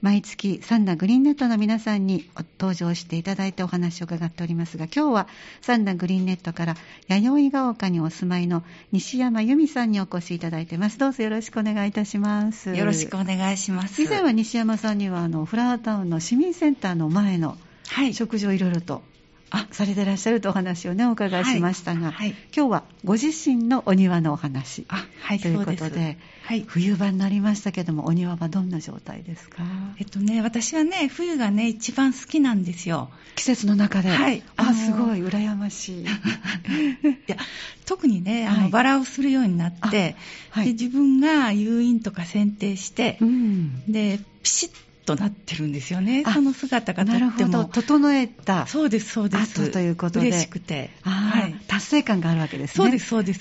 毎月サンダグリーンネットの皆さんに登場していただいてお話を伺っておりますが今日はサンダグリーンネットから弥生が丘にお住まいの西山由美さんにお越しいただいてますどうぞよろしくお願いいたしますよろしくお願いします以前は西山さんにはあのフラワータウンの市民センターの前のはい食事をいろいろとあされてらっしゃるとお話をねお伺いしましたが、はいはい今日はご自身のお庭のお話あはいということでそうですはい冬場になりましたけどもお庭はどんな状態ですかえっとね私はね冬がね一番好きなんですよ季節の中で、はいああのすごい羨ましい いや特にねあの、はいバラをするようになって、あはいで自分が誘引とか剪定してう、んでピシッとなってるんですよねあその姿がとなるってほども整えたそうですそうです後ということで嬉しくてあー、はい、達成感があるわけですねそうですそうです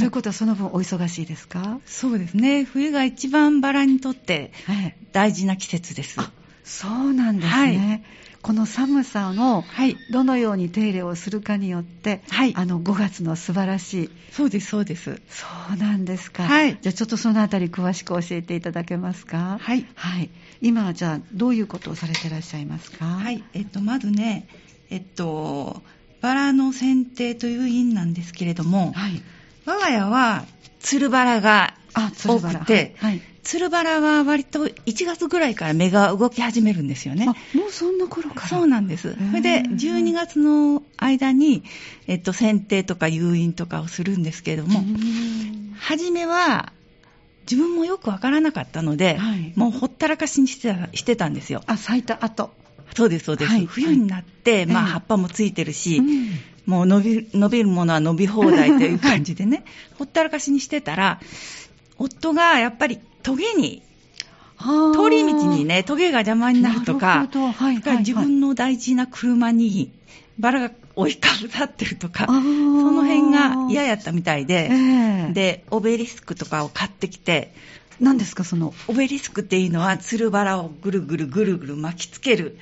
ということはその分お忙しいですかそうですね冬が一番バラにとってはい大事な季節ですあそうなんですね、この寒さのはいどのように手入れをするかによって、はいあの5月の素晴らしいそうですそうですそうなんですか、はいじゃあちょっとそのあたり詳しく教えていただけますかはいはい今はじゃあどういうことをされてらっしゃいますかは、はいえっと、まずね、えっと、バラの剪定という院なんですけれども、はい我が家は、つるバラが、あつるバラ多くてはい、つるバラは割と1月ぐらいから芽が動き始めるんですよねあ。もうそんな頃からそうなんでへす。ーそれで、12月の間に、えっと、剪定とか誘引とかをするんですけれども、うーん初めは、自分もよくわからなかったので、はいもうほったらかしにしてたしてたんですよ。あ咲いた後、そうです、そうです。はい冬になって、まえあ、え葉っぱもついてるし、うんもう伸びる伸びるものは伸び放題という感じで ね、ほったらかしにしてたら、夫がやっぱりトゲに、通り道にね、トゲが邪魔になるとなかる、ほどはいだから自分の大事な車にバラが追いかぶさってるとか、あそーの辺が嫌やったみたいえで、えで、オベリスクとかを買ってきて、何ですかそのオベリスクっていうのは、つるバラをぐるぐるぐるぐる巻きつける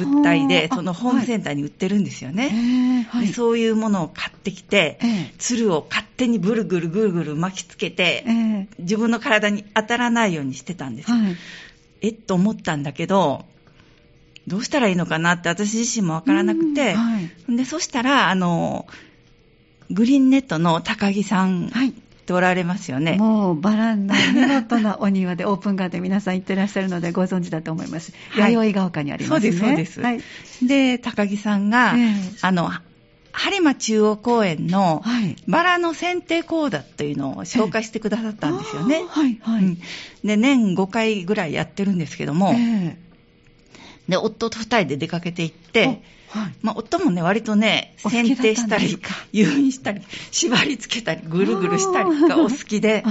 物体で、あーそのホームセンターに売ってるんですよね。ええはでいそういうものを買ってきて、ええ鶴を勝手にぐるぐるぐるぐる巻きつけて、ええ自分の体に当たらないようにしてたんですよ。はいえっと思ったんだけど、どうしたらいいのかなって私自身もわからなくてうん、はいで、そしたら、あの、グリーンネットの高木さんはいっておられますよね。もうバランの見事なお庭でオープンガーデン皆さん行ってらっしゃるのでご存知だと思います、 はい弥生が丘にありますねそうですそうですはいで、高木さんが、ええあの、播磨中央公園のはいバラの剪定講座というのを紹介してくださったんですよねあー。はいはい、うんで年5回ぐらいやってるんですけども、えで夫と2人で出かけて行っえて、おはいまあ、夫もね割とねお好きだったんで剪定したすりか 誘引したり縛り付けたりぐるぐるしたりがあーお好 きで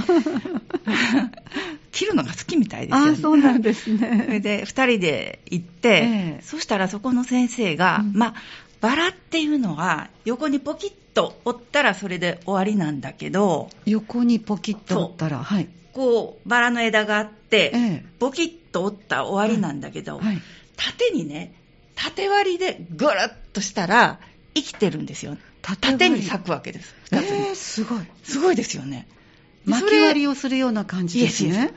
切るのが好きみたいですあよあそうなんですすそれねで2人で行って、ええそしたらそこの先生が、うんまあバラっていうのは横にポキッと折ったらそれで終わりなんだけど 横にポキッと折ったらはいこうバラの枝があって、えボキッと折った終わりなんだけえど、はい縦にね縦割りでぐるっとしたら生きてるんですよ縦に割咲くわけですり二つにええすごいすごいですよね巻き割りをするような感じですイエスイエね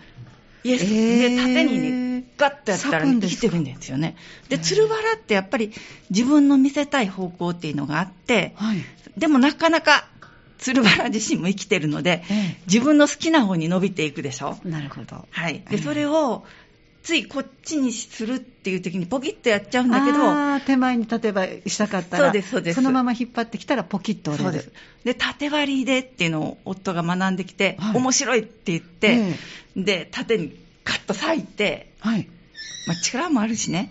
イエス、えでえ縦にねガッとやったら咲くん生ですきかてるんですよねでええつるバラってやっぱり自分の見せたい方向っていうのがあってはいでもなかなかつるバラ自身も生きてるのでえ自分の好きな方に伸びていくでしょえなるほどはい、えでえそれをついこっちにするっていう時にポキッとやっちゃうんだけどあー手前に立てばしたかったらそうですそうですそのまま引っ張ってきたらポキッと折れそるうですで縦割りでっていうのを夫が学んできて、はい面白いって言っえて、で縦にカッと裂いて、えはいまあ、力もあるしね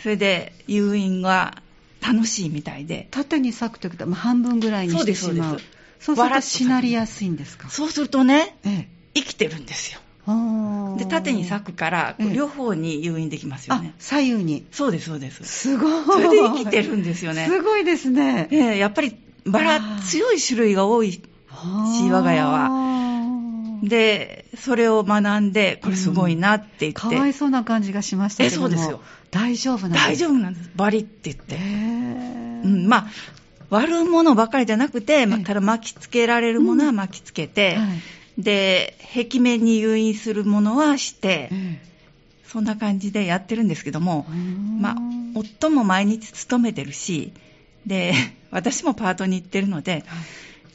それで誘引が楽しいみたいで縦に裂くということはまあ半分ぐらいにしてしまそううですそううですすわるらっととしなりやすいんですかそうするとねええ生きてるんですよあーで縦に裂くから、ええ両方に誘引できますよあね左右にそうですそ うですすごいそれで生きてるんですよねすごいですねええやっぱりバあラー強い種類が多いはあ我が家はでそれを学んでこれすごいなって言って、かわいそうな感じがしましたけどもえそうですよ大丈夫なんです大丈夫なんですバリって言ってへ、えうん、まあ悪いものばかりじゃなくて、まあええただ巻きつけられるものは巻きつけて、はいで壁面に誘引するものはして、ええそんな感じでやってるんですけども、まあうーん、夫も毎日勤めてるし、で、 私もパートに行ってるので、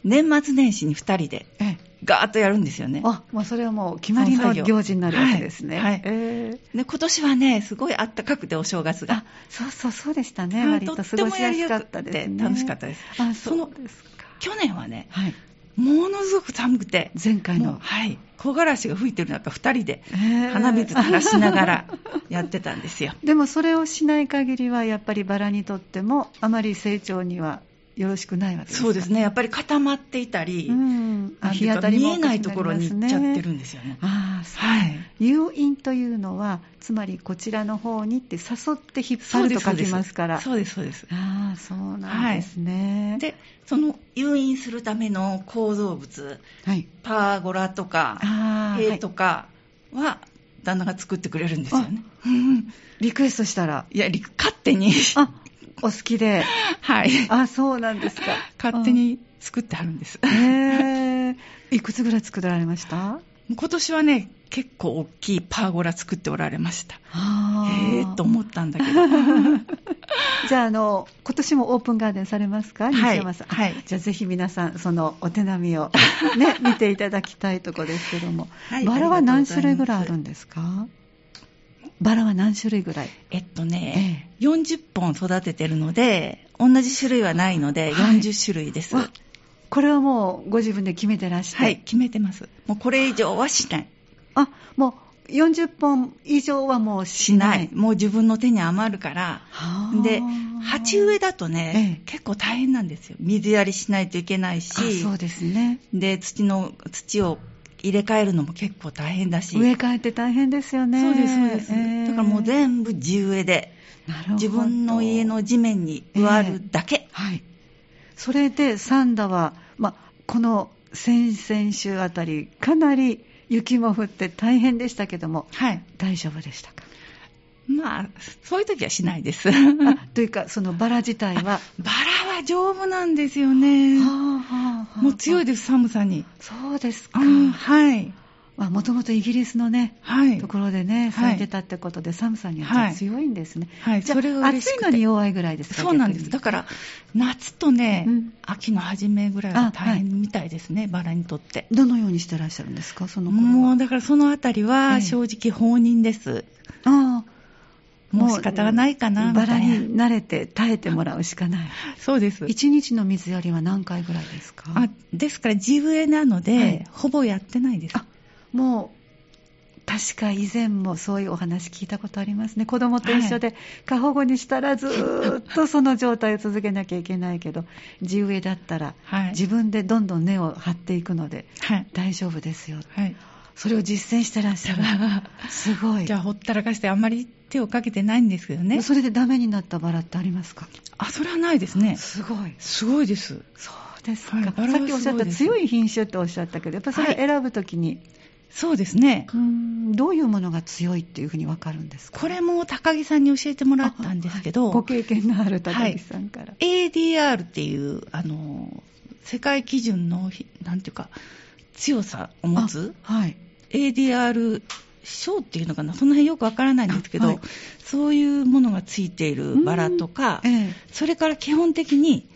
年末年始に2人でええガーッとやるんですよね。あ、まあ、それはもう決まりの行事になるわけですね。はいはいええで今年はね、すごいあったかくてお正月があ。、そうそうそうでしたね。うん割と過ごしやすかったですとってもやりやすくね。て楽しかったです。あ、そそうのですか。去年はね、はい。ものすごく寒くて、前回もうの、はい、木枯らしが吹いてる中、2人でええ鼻水垂らしな がらやってたんですよ。でもそれをしない限りはやっぱりバラにとってもあまり成長にはよろしくないわけですかそうですね、やっぱり固まっていたり、うん、ああ日当たり見もえないところに行っちゃってるんですよね。ああそうはい。誘引というのはつまりこちらの方にって誘って引っそ張うるでとす書きますからそうです、そうです。ああそうなんですね、で、その誘引するための構造物、はい、パーゴラとか、ああ、は塀いとかは、旦那が作ってくれるんですよね。うんリクエストしたらいや、り勝手に、あお好きで はい、あそうなんです か勝手に作ってあるんです。うんへえいくつぐらい作られました今年はね、結構大きいパーゴラ作っておられました。あーえーと思ったんだ けど。じゃあ、あの、今年もオープンガーデンされますか、はい西山さん。はいじゃあ、ぜひ皆さん、そのお手並み を、ね、見ていただきたいとこですけども。はいバラは何種類ぐらいああるりんですかバラは何種類ぐらい、えっとね、え40本育ててるので、同じ種類はないので、はい40種類です。わはこれはもうご自分で決めてらして。い、決めてます。もうこれ以上はしない。あ、もう40本以上はもうししなないい。。もう自分の手に余るから。はあで、鉢植えだとねえ、え結構大変なんですよ。水やりしないといけないし、あそうですね。で、土の、土を入れ替えるのも結構大変だし。植え替えって大変ですよね。そうです、そうです。ええだからもう全部地植えで、なるほど自分の家の地面に植わるだけ。はい、それでサンダは、まあ、この先々週あたり、かなり雪も降って大変でしたけども、はい。大丈夫でしたか。まあ、そういう時はしない です。あというか、そのバラ自体は、バラは丈夫なんですよね。もう強いいです、寒さに。そうですか、うん、はい。まあもともとイギリスのね、はいと。ころでね、はい咲いてたってことで、寒さにはじゃあ強いんですね、はい、じゃそれあ、が暑嬉しいくてのに弱いぐらいですか、そうなんで逆す。にだから、夏とね、うん秋の初めぐらいは大変みたいですね、バラにとって。どのようにしてらっしゃるんですか、その頃はもう、だからそのあたりええは正直放任です。ああもう仕方がないかな、みバたラいな。に慣れて耐えてもらうしかない。そうです。一日の水やりは何回ぐらいですかあですから、地植えなので、はいほぼやってないです。あもう確か以前もそういうお話聞いたことありますね子供と一緒で過保護にしたらずーっとその状態を続けなきゃいけないけど地植えだったらはい。自分でどんどん根を張っていくのではい。大丈夫ですよはい。それを実践してらっしゃる すごいじゃあ、ほったらかして、あんまり手をかけてないんですけどね。それでダメになったバラってありますかあ、それはないですね。すごいすごいです。そうですか、はいバラはさっきおっしゃっすごたいです強い品種っておっしゃったけどやっぱそれを選ぶときに、そうですね。うーんどういうものが強いっていうふうにわかるんですかこれも高木さんに教えてもらったんですあけど、はいご経験のある高木さんから、 ADR っていう、あの、世界基準のひ、なんていうか、強さを持つ、はい、 ADR 賞っていうのかな、その辺よくわからないんですけど、はいそういうものがついているバラとか、ええそれから基本的に、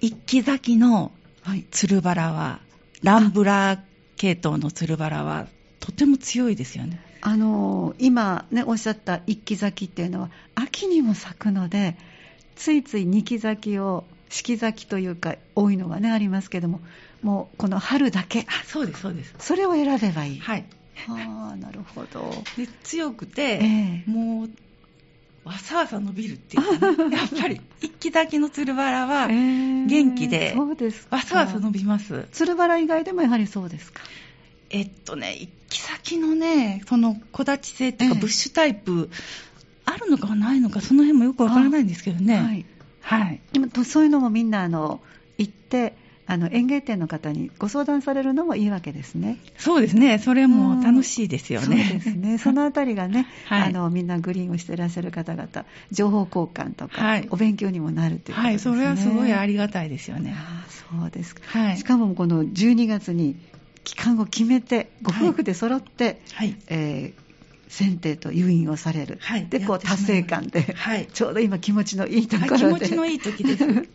一気咲きのはい、つるバラは、ランブラ系統のつるバラは、とても強いですよね。あのー今ねおっしゃった一期咲きっていうのは秋にも咲くのでついつい二期咲きを四季咲きというか多いのがねありますけどももうこの春だけあ、そうです、そうです。それを選べばいい、はい。ああなるほどで強くて、ええもうわさわさ伸びるっていうかね、 やっぱり一気だけのつるバラは元元気でそうですかわさわさ伸びますつるバラ以外でもやはりそうですかえっとね一気先のねその木立性っていうかええブッシュタイプ、あるのかないのかその辺もよくわからないんですけどねははい、い、でもとそういうのもみんなあの行ってあの園芸店の方にご相談されるのもいいわけですね。そうですねそれも楽しいですよそうでね、すね。そのあたりがね、 はいあのみんなグリーンをしてらっしゃる方々、情報交換とか、はいお勉強にもなるということはでいすね。それはすごいあり。りがたいですよねああそうですか。はいしかもこの12月に期間を決めてご夫婦で揃って、はいえー選定と誘引をされる、はいでこやうってしまいま達す成感で、はいちょうど今気持ちのいいとこあろで気持ちのいい 時ですうん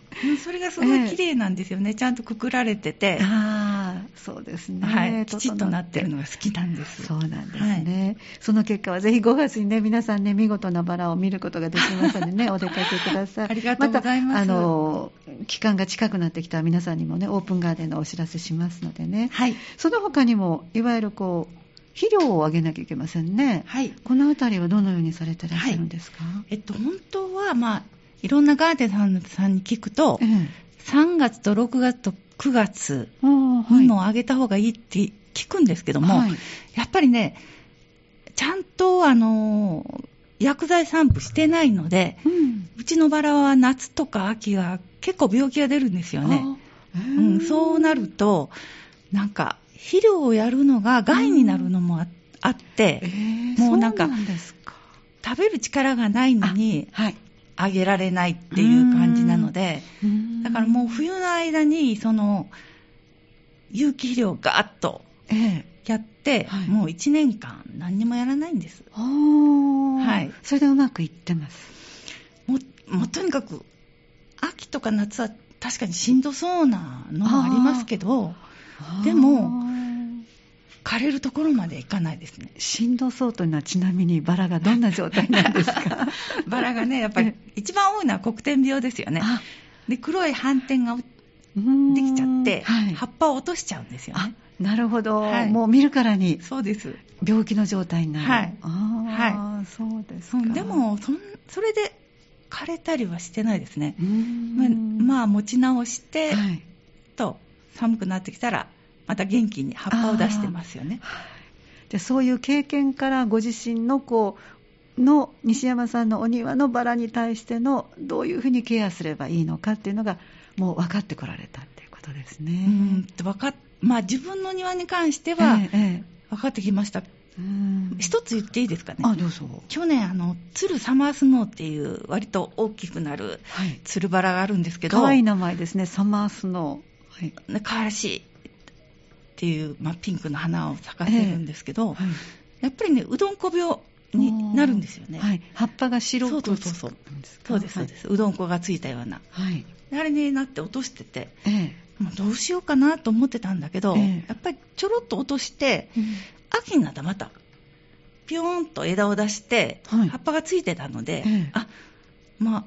それがすごえいえ綺麗なんですよね、ちゃんとくくられてて、ああそうですね、はい、きちっとなってるののが好きなんですそうなんですね、その結果はぜひ5月にね皆さんね見事なバラを見ることができますので ねお出かけくださいありがとうございますたあの期間が近くなってきたら皆さんにもねオープンガーデンのお知らせしますのでねはい、その他にもいわゆるこう肥料をあげなきゃいけませんね、はいこのあたりはどのようにされてらっしゃるんですか、えっと、本当は、まあ、いろんなガーデンさんさんに聞くとえ、え3月と6月と9月ああはいのを上げた方がいいって聞くんですけども、はいやっぱりね、ちゃんと、あの、薬剤散布してないので、うんうちのバラは夏とか秋が結構病気が出るんですよね。ああうん、そうなると、なんか、肥料をやるのが害になるのもああっえて、えもうなんそかうなんですか食べる力がないのに、はいあげられないっていう感じなので、だだからもう冬の間に、その、有機肥料をガーッとええやって、はいもう1年間何にもやらないんです。ははいそれでうまくいって ます。もう、もうとにかく、秋とか夏は確かにしんどそうなのもありますけど、でもあー、枯れるところまでいかないですね。 しんどそうというのはちなみにバラがどんな状態なんですかバラがね、やっぱり一番多いのは黒点病ですよね。 あで、黒い斑点がでうーんきちゃって、はい、葉っぱを落としちゃうんですよあね。なるほど、はいもう見るからにそうです。病気の状態になる。はいああ、そうですうか。んで、もそんそれで枯れたりはしてないですねう、ーまあんまあ持ち直して、はい、と寒くなってきたらまた元気に葉っぱを出してますよねでそういう経験からご自身のこうの西山さんのお庭のバラに対してのどういうふうにケアすればいいのかっていうのがもう分かってこられたっていうことですね。うんとわかっまあ自分の庭に関してはえええ分かってきました、えうん一つ言っていいですかねあどうぞ。去年あの鶴サマースノーっていう割と大きくなるはい。鶴バラがあるんですけど可愛い名前ですね。サマースノー。はい。可愛らしいっていう、まあ、ピンクの花を咲かせるんですけど、はやっぱりねうどんこ病になるんですよね、い。はい、葉っぱが白くそうそうそうそうつくんですか。そうです、そうです。うどん粉がついたような。はい。はい。あれになって落としてて、えまあどうしようかなと思ってたんだけど、ええやっぱりちょろっと落として、え秋になったらまた、ピョーンと枝を出して、はい葉っぱがついてたので、ええあ、まあ、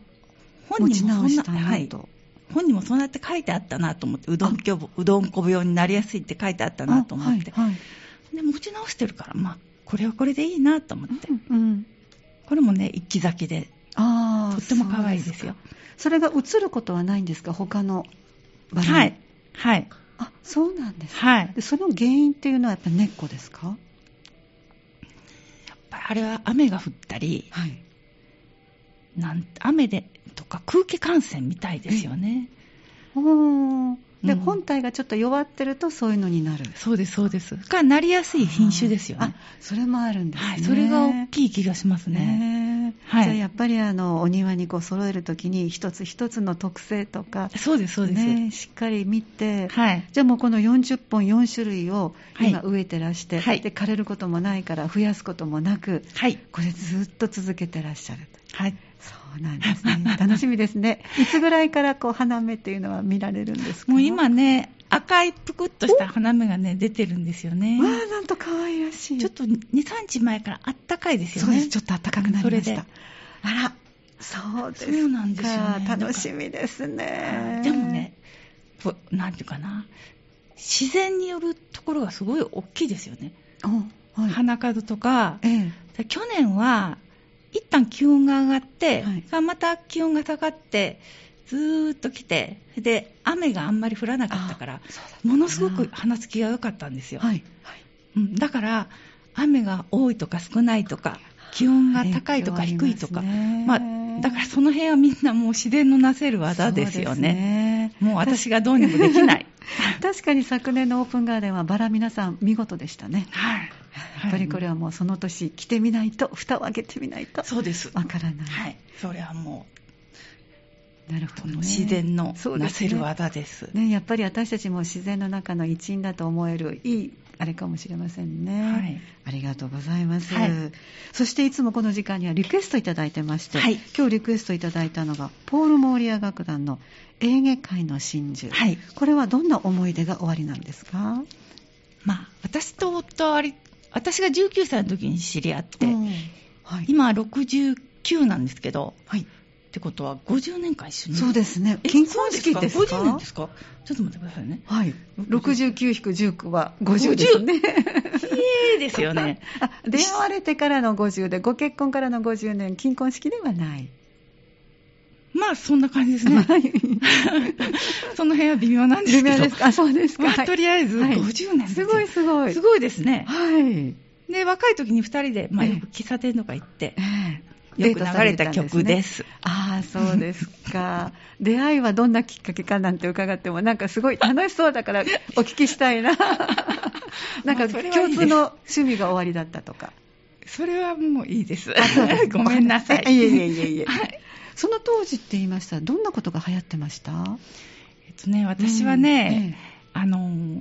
本持人ちも直そしんたな、はいな、と。本人もそうやって書いてあったなと思って、うどんきょぼうどんこ病になりやすいって書いてあったなと思って、あはい。はいで持ち直してるから、まあ、これはこれでいいなと思って、うんうん。これもね、一気咲きで、ああ。とっても可愛いですそうよか。。それが映ることはないんですか他のバラにはい。。はい。あ、そうなんですか。はい。でその原因っていうのはやっぱ根っこですか。やっぱりあれは雨が降ったり、はい。なん雨でとか空気感染みたいですよね。おーで、うん本体がちょっと弱ってるとそういうのになる。そうです、そうです。がなりやすい品種ですよあ。ねそれもあるんですね。はい、それが大きい気がしますね。ねえはいじゃあやっぱりあのお庭にこう揃えるときに一つ一つの特性とか、そうです、そうです。ねえしっかり見て、はい。じゃあもうこの40本4種類を今はい植えてらして、はいで枯れることもないから増やすこともなくはい。これずっと続けてらっしゃるとはい。そうなんですね楽しみですねいつぐらいからこう花芽っていうのは見られるんですかもう今ね、赤いぷくっとした花芽がね、出てるんですよねわ。あなんと可愛らしいちょっと2、3日前からあったかいですよそうでね。す。ちょっと暖かくなりまそしれたで。あら、そうですか。そうなんですよね楽しみですね。でもね、、こうなんていうかな、自然によるところがすごい大きいですよね。おはい。花数とか、えで去年は一旦気温が上がって、はいがまた気温が下がってずーっと来てで雨があんまり降らなかったからえ、そうだったものすごく花つきが良かったんですよ、はい。うん、だから雨が多いとか少ないとか気温が高いとか影響低いとかありますねまあ、だからその辺はみんなもう自然のなせる技ですよそうねねもう私がどうにもできない、確かに昨年のオープンガーデンはバラ皆さん見事でしたね。 はい、やっぱりこれはもうその年着てみないと、蓋を開けてみないとそうですわからない。はいそれはもなるうほそど、ね。の自然のそうでなすせねる技ですね、やっぱり私たちも自然の中の一員だと思えるいいあれかもしれませんね。はいありがとうございます、はいそしていつもこの時間にはリクエストいただいてまして、はい今日リクエストいただいたのがポール・モーリア楽団の「エーゲ海の真珠」はいこれはどんな思い出が終わりなんですかまあ、私と夫はあり私が19歳の時に知り合って、うんはい、今69なんですけどはい、ってことは50年間一緒にそうですねえ金婚式ですそうか50年ですかちょっと待ってくださいねはい、 60 69-19は50ですねいいですよね あ出会われてからの50でご結婚からの50年金婚式ではない、 まあそんな感じですね その辺は微妙なんです微けど妙ですかあそうですか、まあ、はいとりあえずはい50年ですすよごいすごいすごいですねはいで若い時に2人で、まあ、ええよく喫茶店とか行ってええよく流れデートた曲でされてたんすねああ、そうですか。 出会いはどんなきっかけかなんて伺っても、なんかすごい楽しそうだからお聞きした いな。なんまかあそれはいいです共通の趣味が終わりだったとか。それはもういいですそうです ごめんなさいえ いえいえいえいえはいその当時って言いましたら、どんなことが流行ってましたえっとね私はね、、あのー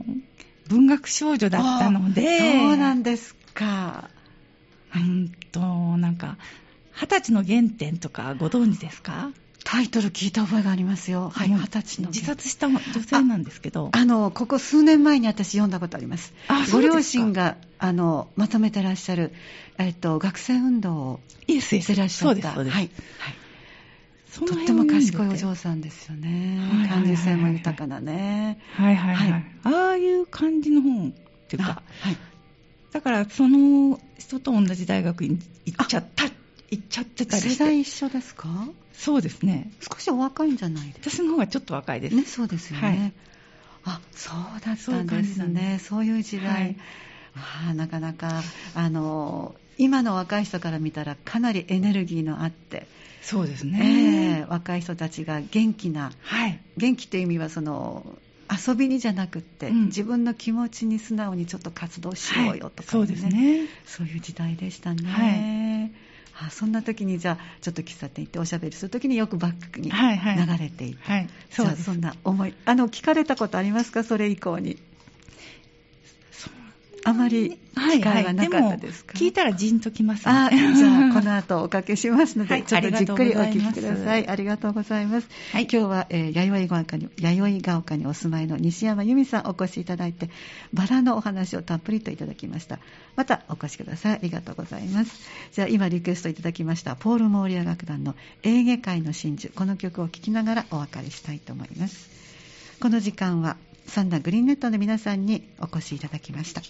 文学少女だったのうんえでえそうなんですか。うんとなんか二十歳の原点とかご存知ですかタイトル聞いた覚えがありますよ。はい、もう二十歳の。自殺した女性なんですけどあのここ数年前に私読んだことありますあごそうですか両親があのまとめてらっしゃる、えっと、学生運動をいいですいいでしすてらっしそゃうっですたそうです、はいはいそのとっ辺ても賢をい読んおでて嬢さんですよね、はい感受性も豊かなねはいはいはい、はいああいう感じの本っていうあかはいだからその人と同じ大学に行っちゃった行っちゃってたり世して代一緒ですかそうですね少しお若いんじゃないです私の方がちょっと若いです、かねそうですよね、はいあそうだったそういんうで感じすなんねでそういう時代、はいわあなかなかあの今の若い人から見たらかなりエネルギーのあってそうですえね、え若い人たちが元気なはい元気という意味はその遊びにじゃなくって、うん自分の気持ちに素直にちょっと活動しようよとか、そうですねそういう時代でしたね、あそんな時にじゃあちょっと喫茶店行っておしゃべりする時によくバックに流はいはいれていて、はいじそうゃあですそんな思いあの聞かれたことありますかそれ以降にそうあまり機会はなかったですか、はいはい、でも聞いたらジンときますね、あじゃ あこの後おかけしますので、はいちょっとじっくりお聞きください。あありがとうございます。はい今日は、えー弥生が丘に弥生が丘にお住まいの西山由美さんお越しいただいてバラのお話をたっぷりといただきました。またお越しください。ありがとうございます。じゃあ今リクエストいただきましたポール・モーリア楽団の「エーゲ海の真珠」この曲を聴きながらお別れしたいと思います。この時間はサンダーグリーンネットの皆さんにお越しいただきました。